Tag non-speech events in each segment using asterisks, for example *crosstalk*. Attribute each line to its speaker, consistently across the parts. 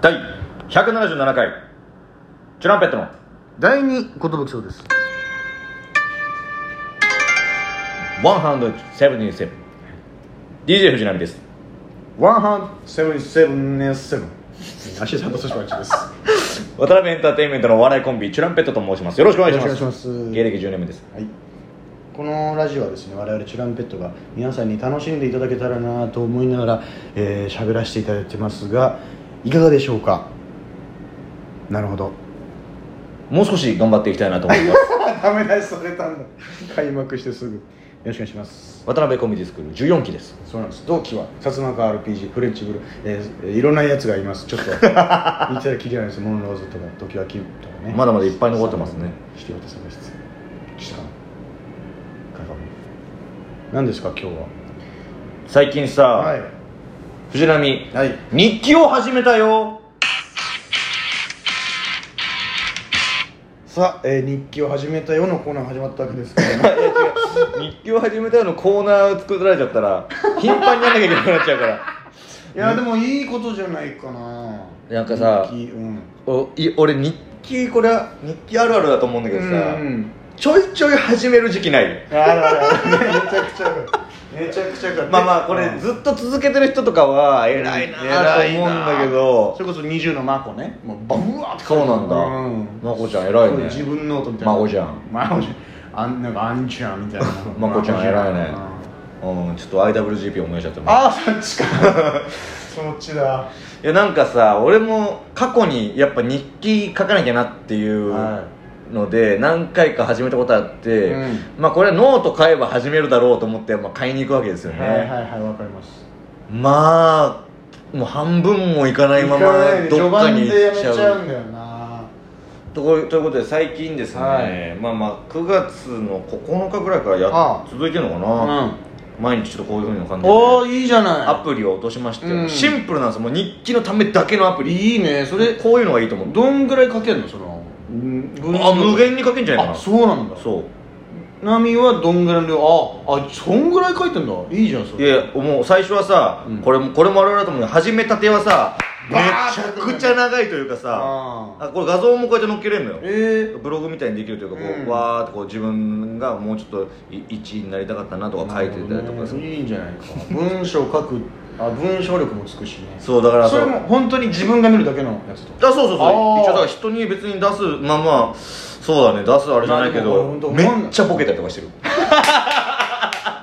Speaker 1: 第177回チュランペットの
Speaker 2: 第二寿賞です
Speaker 1: 177 DJ 藤波です
Speaker 2: 177足ちゃんと寿司番地です
Speaker 1: 渡辺エンターテインメントのお笑いコンビチュランペットと申しますよろしくお願いします
Speaker 2: よろしくお願いします
Speaker 1: 芸歴10年目です
Speaker 2: はい、このラジオはですね我々チュランペットが皆さんに楽しんでいただけたらなと思いながら喋、えー、喋らせていただいてますがいかがでしょうかなるほど
Speaker 1: もう少し頑張っていきたいなと思います
Speaker 2: *laughs* ダメ出しされたんだ開幕してすぐよろしくお願いします
Speaker 1: 渡辺コミュニティスクール14期です
Speaker 2: そうなんです同期は薩摩川 RPG フレンチブルー、えーえーいろんなやつがいます
Speaker 1: *laughs*
Speaker 2: ちょっと言ってたらきりがないですモンローズとか時キはキムとかね
Speaker 1: まだまだいっぱい残ってますね
Speaker 2: して渡さまですした何ですか今日は
Speaker 1: 最近さ、
Speaker 2: はい
Speaker 1: 藤波
Speaker 2: はい
Speaker 1: 日記を始めたよ
Speaker 2: さあ、えー日記を始めたようなコーナー始まったわけですけ
Speaker 1: *laughs*
Speaker 2: ど
Speaker 1: 日記を始めたよのコーナーを作られちゃったら頻繁にやんなきゃいけなくなっちゃうから
Speaker 2: *laughs* いやでもいいことじゃないかな
Speaker 1: なんかさ
Speaker 2: 日記うん
Speaker 1: おい俺日記これは日記あるあるだと思うんだけどさ、
Speaker 2: うん
Speaker 1: ちょいちょい始める時期ない
Speaker 2: あるあるあるめちゃくちゃあるめちゃくちゃある
Speaker 1: まあまあこれずっと続けてる人とかは偉いなあと思うんだけ
Speaker 2: そ
Speaker 1: ど
Speaker 2: れこそ20のマコねもうバブワーって
Speaker 1: そうなんだまこちゃん偉いね
Speaker 2: 自分ノートみたいな
Speaker 1: まこちゃん
Speaker 2: まこちゃんあんなんかあんちゃんみ
Speaker 1: *laughs*
Speaker 2: たいな
Speaker 1: まこちゃん偉いね
Speaker 2: うん
Speaker 1: うんちょっと IWGP 思い出しちゃったもん
Speaker 2: ああそっちか *laughs* そっちだ
Speaker 1: いやなんかさ俺も過去にやっぱ日記書かなきゃなっていう
Speaker 2: は
Speaker 1: ので何回か始めたことあって、
Speaker 2: うん
Speaker 1: まあこれはノート買えば始めるだろうと思って、まあ、買いに行くわけですよね、
Speaker 2: はいはいはいわかります
Speaker 1: まあもう半分もいかないまま
Speaker 2: 行かないで
Speaker 1: どっかに
Speaker 2: 序盤で
Speaker 1: 行
Speaker 2: や
Speaker 1: っ
Speaker 2: め
Speaker 1: ち
Speaker 2: ち
Speaker 1: ゃう
Speaker 2: ゃうんだよな
Speaker 1: とこということで最近ですね、
Speaker 2: はい
Speaker 1: まあまあ9月の9日ぐらいからやっ
Speaker 2: ああ
Speaker 1: 続いてるのかな、毎日ちょっとこういうふうな感じで
Speaker 2: おおいいじゃない
Speaker 1: アプリを落としまして、
Speaker 2: うん
Speaker 1: シンプルなんですよもう日記のためだけのアプリ
Speaker 2: いいねそれ
Speaker 1: こういうのがいいと思う
Speaker 2: どんぐらいかけるのそのうん
Speaker 1: あ無限に書けんじゃないか
Speaker 2: あ
Speaker 1: な
Speaker 2: そうなんだ
Speaker 1: そう
Speaker 2: ナミはどんぐらいの量ああそんぐらい書いてんだいいじゃんそ
Speaker 1: い
Speaker 2: れ
Speaker 1: やもう最初はさ、
Speaker 2: うん
Speaker 1: これもこれもあるあるだと思うけど始めたてはさめ
Speaker 2: バーッ
Speaker 1: ちゃくちゃ長いというかさ
Speaker 2: ああ
Speaker 1: あこれ画像もこうやって載っけれるのよ
Speaker 2: ええ
Speaker 1: ブログみたいにできるというかこう、
Speaker 2: うん
Speaker 1: わーってこう自分がもうちょっと1位になりたかったなとか書いてたりとかさ
Speaker 2: いいんじゃないか文章書くあ文章力もつくしね
Speaker 1: そうだから
Speaker 2: それも本当に自分が見るだけのやつと
Speaker 1: あそうそうそう一
Speaker 2: あー
Speaker 1: 応だから人に別に出すまあまあそうだね出すあれじゃないけ
Speaker 2: まあで
Speaker 1: ど
Speaker 2: も本当
Speaker 1: めっちゃボケたりとかしてる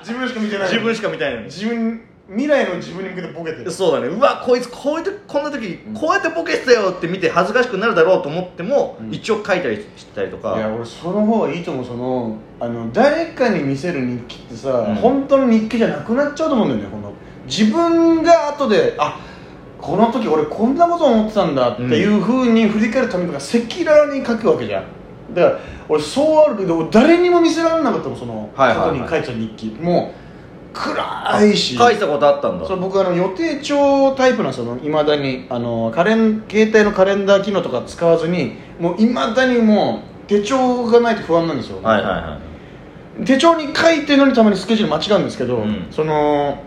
Speaker 2: 自分しか見て
Speaker 1: 自分しか見たいのに
Speaker 2: 自分未来の自分に向けてボケてる
Speaker 1: そうだねうわこいつこうやってこんな時こうやってボケてたよって見て恥ずかしくなるだろうと思っても、
Speaker 2: うん
Speaker 1: 一応書いたりしたりと
Speaker 2: いや
Speaker 1: か
Speaker 2: 俺その方がいいと思うそのあの誰かに見せる日記ってさ、
Speaker 1: ん
Speaker 2: 本当の日記じゃなくなっちゃうと思うんだよねこの自分が後であこの時俺こんなこと思ってたんだっていうふうに振り返るためにとか赤裸々に書くわけじゃんだから俺そうあるけど俺誰にも見せられなかったもんその
Speaker 1: はいはいはい
Speaker 2: 過去に書いてた日記もう暗いし
Speaker 1: 書いたことあったんだ
Speaker 2: そう僕あの予定帳タイプなんですよいまだにあのカレン携帯のカレンダー機能とか使わずにもういまだにもう手帳がないと不安なんですよ、
Speaker 1: はいはいはい
Speaker 2: 手帳に書いてるのにたまにスケジュール間違うんですけど、
Speaker 1: うん
Speaker 2: その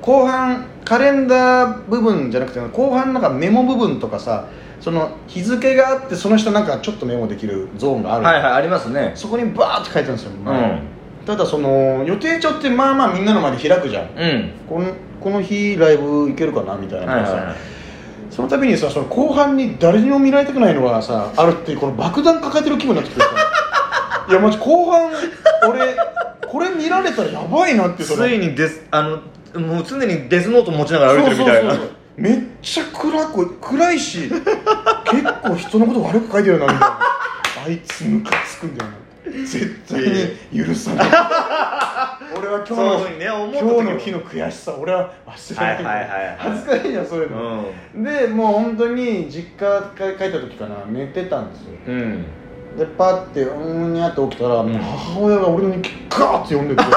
Speaker 2: 後半カレンダー部分じゃなくて後半なんかメモ部分とかさその日付があってその人なんかちょっとメモできるゾーンがある、
Speaker 1: はいはいありますね
Speaker 2: そこにバーって書いてあるんですよ、
Speaker 1: うん
Speaker 2: ただその予定帳ってまあまあみんなの前で開くじゃん
Speaker 1: うん
Speaker 2: このこの日ライブ行けるかなみたいな、
Speaker 1: はいはいはい
Speaker 2: その度にさその後半に誰にも見られたくないのがさあるっていうこの爆弾抱えてる気分になってくるか
Speaker 1: *laughs*
Speaker 2: らいやマジ後半俺これ見られたらやばいなってそ
Speaker 1: つ
Speaker 2: れ
Speaker 1: いにデスあのもう常にデスノート持ちながら歩いてるみたいな
Speaker 2: そうそうそうめっちゃ暗く暗いし結構人のこと悪く書いてるなみたいなあいつムカつくんだよな絶対に
Speaker 1: *laughs*
Speaker 2: 許さない俺は今日
Speaker 1: そういう
Speaker 2: の
Speaker 1: ふうにね思った時は
Speaker 2: 今日の日の悔しさ俺は忘れない,、
Speaker 1: はいはいはいはい
Speaker 2: 恥ずかしいじゃんそういうの、でもう本当に実家帰帰った時かな寝てたんですよ
Speaker 1: うんうん
Speaker 2: でパッてうーんにゃって起きたら、もう母親が俺の日記ガーって読んでて *laughs* う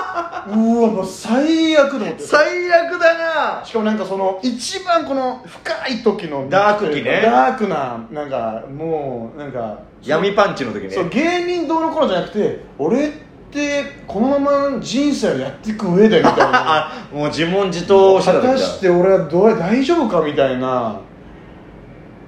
Speaker 2: わもう最悪と思ってし
Speaker 1: 最悪だな
Speaker 2: かもなんかその一番この深い時の
Speaker 1: ダーク期ね
Speaker 2: ダークななんかもうなんか
Speaker 1: 闇パンチの時ね
Speaker 2: そう芸人どうの頃じゃなくて俺ってこのまま人生をやっていく上でみたいな
Speaker 1: *laughs* あもう自問自答して
Speaker 2: 果
Speaker 1: た時だ
Speaker 2: たして俺はどう大丈夫かみたいな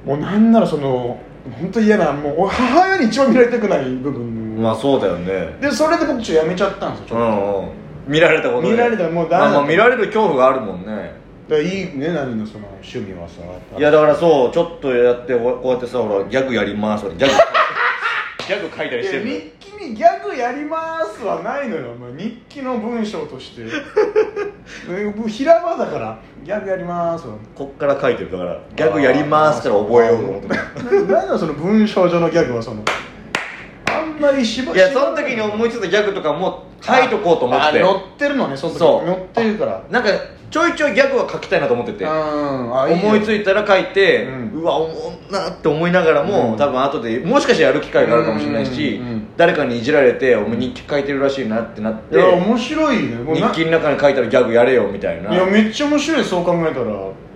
Speaker 2: もうなんならその本当嫌なもう俺母親に一番見られたくない部分、
Speaker 1: まあそうだよね
Speaker 2: でそれで僕ちょっとやめちゃったんですよち
Speaker 1: う
Speaker 2: ょっと
Speaker 1: んうん見られたことで
Speaker 2: 見られたらもうダメ
Speaker 1: ま
Speaker 2: だ
Speaker 1: あまあ見られる恐怖があるもんね
Speaker 2: だからいいねナミのその趣味はさ
Speaker 1: いやだからそうちょっとやってこうやってさほらギャグやります
Speaker 2: *laughs*
Speaker 1: とかギャグギャグ書いたり
Speaker 2: い
Speaker 1: し
Speaker 2: や
Speaker 1: てるの
Speaker 2: 日記にギャグやりますはないのよ、まあ、日記の文章として *laughs* えもう平場だからギャグやりますは
Speaker 1: こっから書いてるだからギャグやりますから覚えようと思って
Speaker 2: 何だその文章上のギャグはそのあんまりしば
Speaker 1: いやその時に思いついたギャグとかも書いとこうと思って
Speaker 2: あ乗ってるのねその時
Speaker 1: そう
Speaker 2: 乗ってるから
Speaker 1: なんかちょいちょいギャグは書きたいなと思ってて
Speaker 2: うんあ
Speaker 1: 思いつ
Speaker 2: い
Speaker 1: いたら書いて、う
Speaker 2: うん
Speaker 1: わおもんなって思いながらも、
Speaker 2: うん
Speaker 1: 多分後でもしかしてやる機会があるかもしれないし、
Speaker 2: うんうんうん
Speaker 1: 誰かにいじられて「お前日記書いてるらしいな」ってなっ
Speaker 2: い
Speaker 1: て
Speaker 2: や面白いねもうな
Speaker 1: 日記の中に書いたらギャグやれよみたいない
Speaker 2: やめっちゃ面白いそう考えたら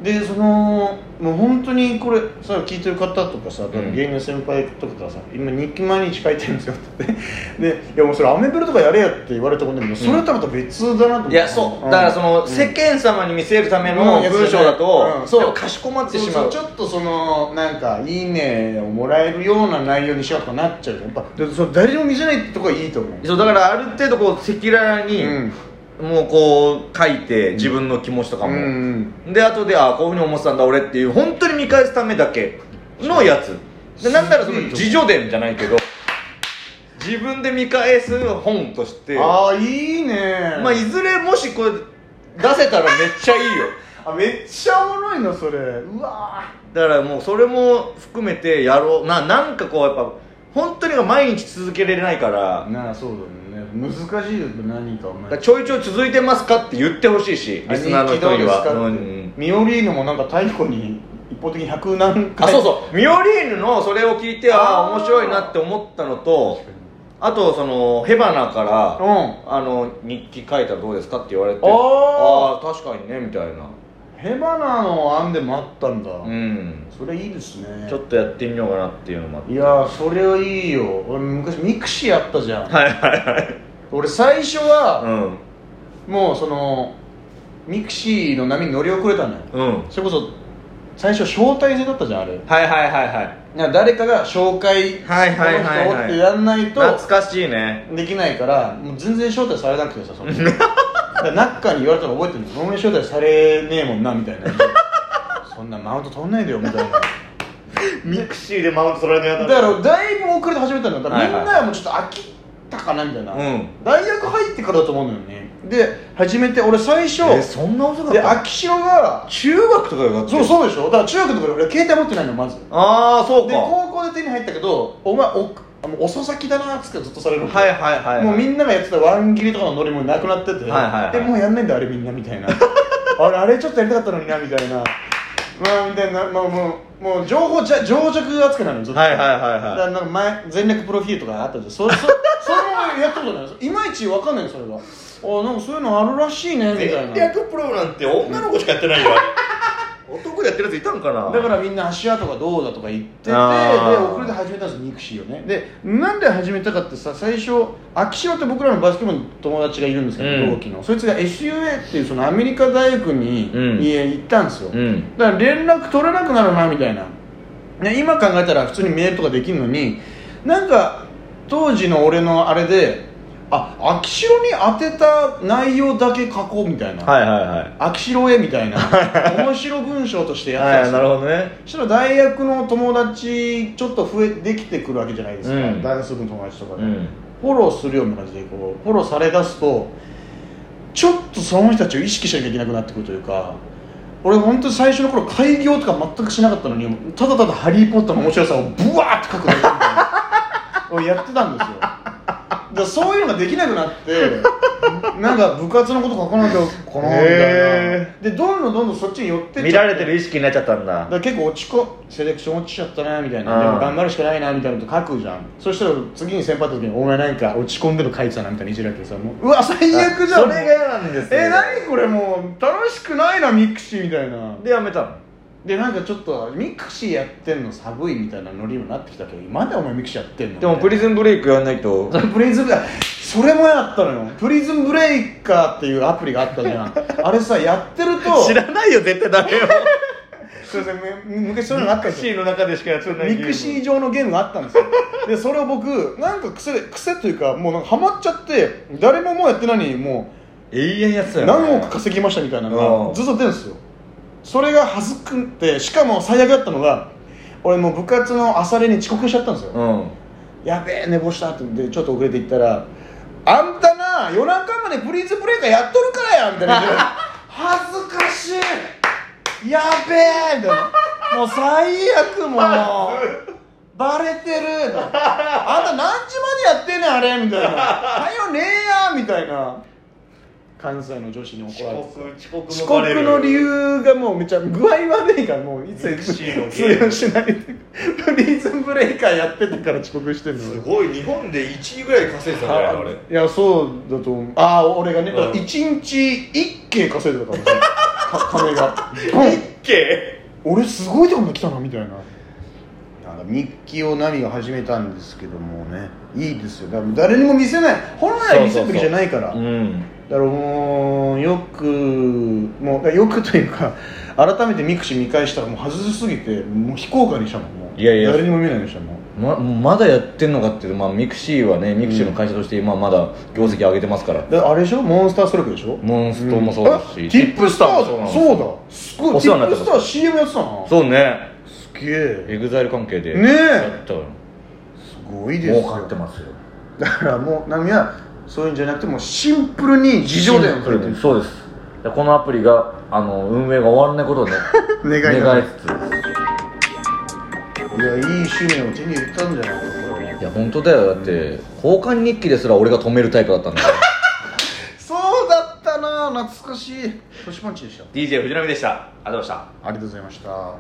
Speaker 2: でそのもう本当にこれさ聞いてる方とかさ、
Speaker 1: ん
Speaker 2: 芸人の先輩とかがさ今日記毎日書いてるんですよって *laughs* 言ってでいやもうそれアメブロとかやれやって言われたことでもそれとはまた別だなと思って
Speaker 1: いやそうだからその、世間様に見せるための
Speaker 2: うん
Speaker 1: 文章だと、
Speaker 2: うんそう
Speaker 1: やっぱかしこまってしまう
Speaker 2: そうそうちょっとそのなんか「いいね」をもらえるような内容にしようとかなっちゃうじゃんやっぱでその誰にも見せないってとこはいいと思う
Speaker 1: そうだからある程度こう赤裸々に、
Speaker 2: うん
Speaker 1: もうこう書いて自分の気持ちとか
Speaker 2: う
Speaker 1: も、
Speaker 2: ん
Speaker 1: で後でああこういうふうに思ってたんだ俺っていう本当に見返すためだけのやつでなんならその
Speaker 2: すごいと思う
Speaker 1: 自叙伝じゃないけど自分で見返す本として
Speaker 2: ああいいね
Speaker 1: まあいずれもしこれ出せたらめっちゃいいよ
Speaker 2: あめっちゃおもろいなそれうわ
Speaker 1: だからもうそれも含めてやろうななんかこうやっぱ本当に毎日続けられないから
Speaker 2: なあそうだよね難しいよ何かお
Speaker 1: だ
Speaker 2: 前
Speaker 1: からちょいちょい続いてますかって言ってほしいしリスナーの人には
Speaker 2: あ
Speaker 1: う
Speaker 2: 人気どうですかって
Speaker 1: ん
Speaker 2: ミオリーヌもなんか太鼓に一方的に100何回
Speaker 1: あそうそうミオリーヌのそれを聞いてああ面白いなって思ったのと
Speaker 2: 確か
Speaker 1: あとそのヘバナから、
Speaker 2: にうん
Speaker 1: あの日記書いたらどうですかって言われて
Speaker 2: あー
Speaker 1: あー確かにねみたいな
Speaker 2: ヘバナの案でもあったんだ、
Speaker 1: うん
Speaker 2: それいいですね
Speaker 1: ちょっとやってみようかなっていうのもあって
Speaker 2: いやーそれはいいよ俺昔ミクシーやったじゃん、
Speaker 1: はいはいはい
Speaker 2: 俺最初は、
Speaker 1: うん
Speaker 2: もうそのミクシーの波に乗り遅れたのよ
Speaker 1: うん
Speaker 2: それこそ最初招待制だったじゃんあれ
Speaker 1: はいはいはいはい
Speaker 2: なんか誰かが紹介
Speaker 1: はいはいはいはい
Speaker 2: この人ってやんないと
Speaker 1: 懐かしいね
Speaker 2: できないからもう全然招待されなくてさ
Speaker 1: *laughs*
Speaker 2: そのだからナッカーに言われたの覚えてるんですごめん招待されねえもんなみたいなそんなマウント取んないでよみたいな
Speaker 1: ミクシーでマウント取られ
Speaker 2: *laughs* だからだいぶ遅れて始めたんだから、
Speaker 1: はいはい
Speaker 2: みんなはもうちょっと飽きたかなみたいな、
Speaker 1: うん
Speaker 2: 大学入ってからだと思うのよねで始めて俺最初
Speaker 1: えそんな遅かっ
Speaker 2: で
Speaker 1: た
Speaker 2: 秋代が
Speaker 1: 中学とかよかった
Speaker 2: そうそうでしょだから中学の頃俺携帯持ってないのまずで
Speaker 1: ああそうか
Speaker 2: 高校で手に入ったけどお前おあもう遅咲きだなっつってずっとされるの
Speaker 1: はいはいはいはい
Speaker 2: もうみんながやってたワン切りとかのノリもなくなってて、
Speaker 1: はいはいはい
Speaker 2: でもうやんないんだあれみんなみたいなあれあれちょっとやりたかったのになみたいなまあみたいな、まあ、もうもう情報じゃ情弱扱いなのよずっと
Speaker 1: はいはいはい
Speaker 2: だ
Speaker 1: は
Speaker 2: からなんか前前略プロフィールとかあったじゃんそそそれもやったことないですいまいちわかんないよそれがあなんかそういうのあるらしいねみたいなだ
Speaker 1: プロなんて女の子しかやってないよ *laughs* 男でやってるやついたんかな
Speaker 2: からみんな芦屋とかどうだとか言っててで
Speaker 1: あー
Speaker 2: 遅れて始めたんですよミクシーをねでなんで始めたかってさ最初秋代って僕らのバスケ部の友達がいるんですけど、
Speaker 1: うん
Speaker 2: 同期のそいつが SUA っていうそのアメリカ大学に、
Speaker 1: うん
Speaker 2: いえ行ったんですよ、
Speaker 1: うん
Speaker 2: だから連絡取れなくなるなみたいな、ね、今考えたら普通にメールとかできるのになんか当時の俺のあれであ秋代に当てた内容だけ書こうみたいな、
Speaker 1: はいはいはい
Speaker 2: 秋代へみたいな面白文章としてやったん
Speaker 1: は
Speaker 2: で
Speaker 1: い
Speaker 2: すよ
Speaker 1: なるほどね
Speaker 2: そしたら大学の友達ちょっと増えできてくるわけじゃないですか、
Speaker 1: うん
Speaker 2: 大学の友達とかで、
Speaker 1: うん
Speaker 2: フォローするような感じでこうフォローされだすとちょっとその人たちを意識しなきゃいけなくなってくるというか俺本当に最初の頃開業とか全くしなかったのにただただ「ハリー・ポッター」の面白さをブワーって書くだけみたいな俺やってたんですよだからそういうのができなくなってなんか部活のこと書かなきゃこのみたいな、
Speaker 1: へ
Speaker 2: でどんどんどんどんそっちに寄ってっちゃって
Speaker 1: 見られてる意識になっちゃったんだ
Speaker 2: だから結構落ちこセレクション落ちちゃったなみたいな
Speaker 1: うん
Speaker 2: でも頑張るしかないなみたいなこと書くじゃんそしたら次に先輩会った時に「お前なんか落ち込んでるの書いてたな」みたいないじられてさもううわ最悪じゃん
Speaker 1: それが嫌なんですよ
Speaker 2: え何これもう楽しくないなミクシーみたいな
Speaker 1: でやめたの
Speaker 2: でなんかちょっとミクシーやってんの寒いみたいなノリにもなってきたけどまだお前ミクシーやってんの
Speaker 1: でもプリズンブレイクやんないと
Speaker 2: それプリズムだそれもやったのよプリズムブレイカーっていうアプリがあったじゃんあれさやってる
Speaker 1: *laughs*
Speaker 2: と
Speaker 1: 知らないよ絶対ダメよ
Speaker 2: すいませんむ昔そういうのがあったんですよ
Speaker 1: ーの中でしかやってない
Speaker 2: ミクシー上のゲームがあったん
Speaker 1: *laughs*
Speaker 2: ですよでそれを僕なんか癖で癖というかもうなんかハマっちゃって誰ももうやってないのにも
Speaker 1: 永遠やってた
Speaker 2: う
Speaker 1: よ、ね、
Speaker 2: 何億稼ぎましたみたいなの
Speaker 1: うん
Speaker 2: がずっと出るんですよそれが恥ずくんってしかも最悪だったのが俺もう部活の朝練に遅刻しちゃったんですよ、
Speaker 1: うん
Speaker 2: やべえ寝坊したってでちょっと遅れて行ったら「あんたな夜中までプリンズブレイカーやっとるからや」みたいな
Speaker 1: *laughs*
Speaker 2: 恥ずかしいやべえみたいなもう最悪も
Speaker 1: *laughs*
Speaker 2: うバレてるあんた何時までやってんねんあれみたいな「はよねえや」みたいな関西の女子に怒られてた
Speaker 1: 遅刻
Speaker 2: 遅
Speaker 1: 遅
Speaker 2: 刻
Speaker 1: 刻
Speaker 2: の理由がもうめちゃ具合悪いからもういつ
Speaker 1: ミクシーの
Speaker 2: 通用しない *laughs* プリズンブレイカーやってたから遅刻してんの
Speaker 1: すごい日本で1位ぐらい稼いでたんだよあれ
Speaker 2: いやそうだと思うああ俺がね、
Speaker 1: うん
Speaker 2: だから一日一軒稼いでたからね *laughs* か金が
Speaker 1: 一軒
Speaker 2: 俺すごいとこに来たなみたいな日記をナミが始めたんですけどもねいいですよだから誰にも見せない本来見せるべきじゃないから
Speaker 1: うん
Speaker 2: だからもうよくもうよくというか改めてミクシー見返したらもう外すすぎてもう非公開にしたもんもう
Speaker 1: いやいや
Speaker 2: 誰にも見ないようにしたもん
Speaker 1: ままだやってんのかっていうと、まあ、ミクシーはねミクシーの会社として今まだ業績上げてますから、
Speaker 2: だからあれでしょモンスターストライクでしょ
Speaker 1: モンストもそうだし、
Speaker 2: えティップスター
Speaker 1: そうなんですよ
Speaker 2: そうだすごい
Speaker 1: お世話になってます
Speaker 2: ティップスター CM やってたな
Speaker 1: そうね
Speaker 2: すげえ
Speaker 1: エグザイル関係で
Speaker 2: ねえ
Speaker 1: やったよ
Speaker 2: すごいで
Speaker 1: 儲
Speaker 2: すよ
Speaker 1: かってますよ
Speaker 2: だからもうナミはそういうんじゃなくてもうシンプルに自情だよ
Speaker 1: シンプルにそうですでこのアプリがあの運営が終わらないことをね
Speaker 2: *laughs* 願いだ
Speaker 1: 願いつつ
Speaker 2: いやいい趣味を手に入れたんじゃないかこれ
Speaker 1: いや本当だよだって、交換日記ですら俺が止めるタイプだったんだ *laughs*
Speaker 2: そうだったな懐かしい年パンチでした
Speaker 1: DJ 藤波でしたありがとうございました
Speaker 2: ありがとうございました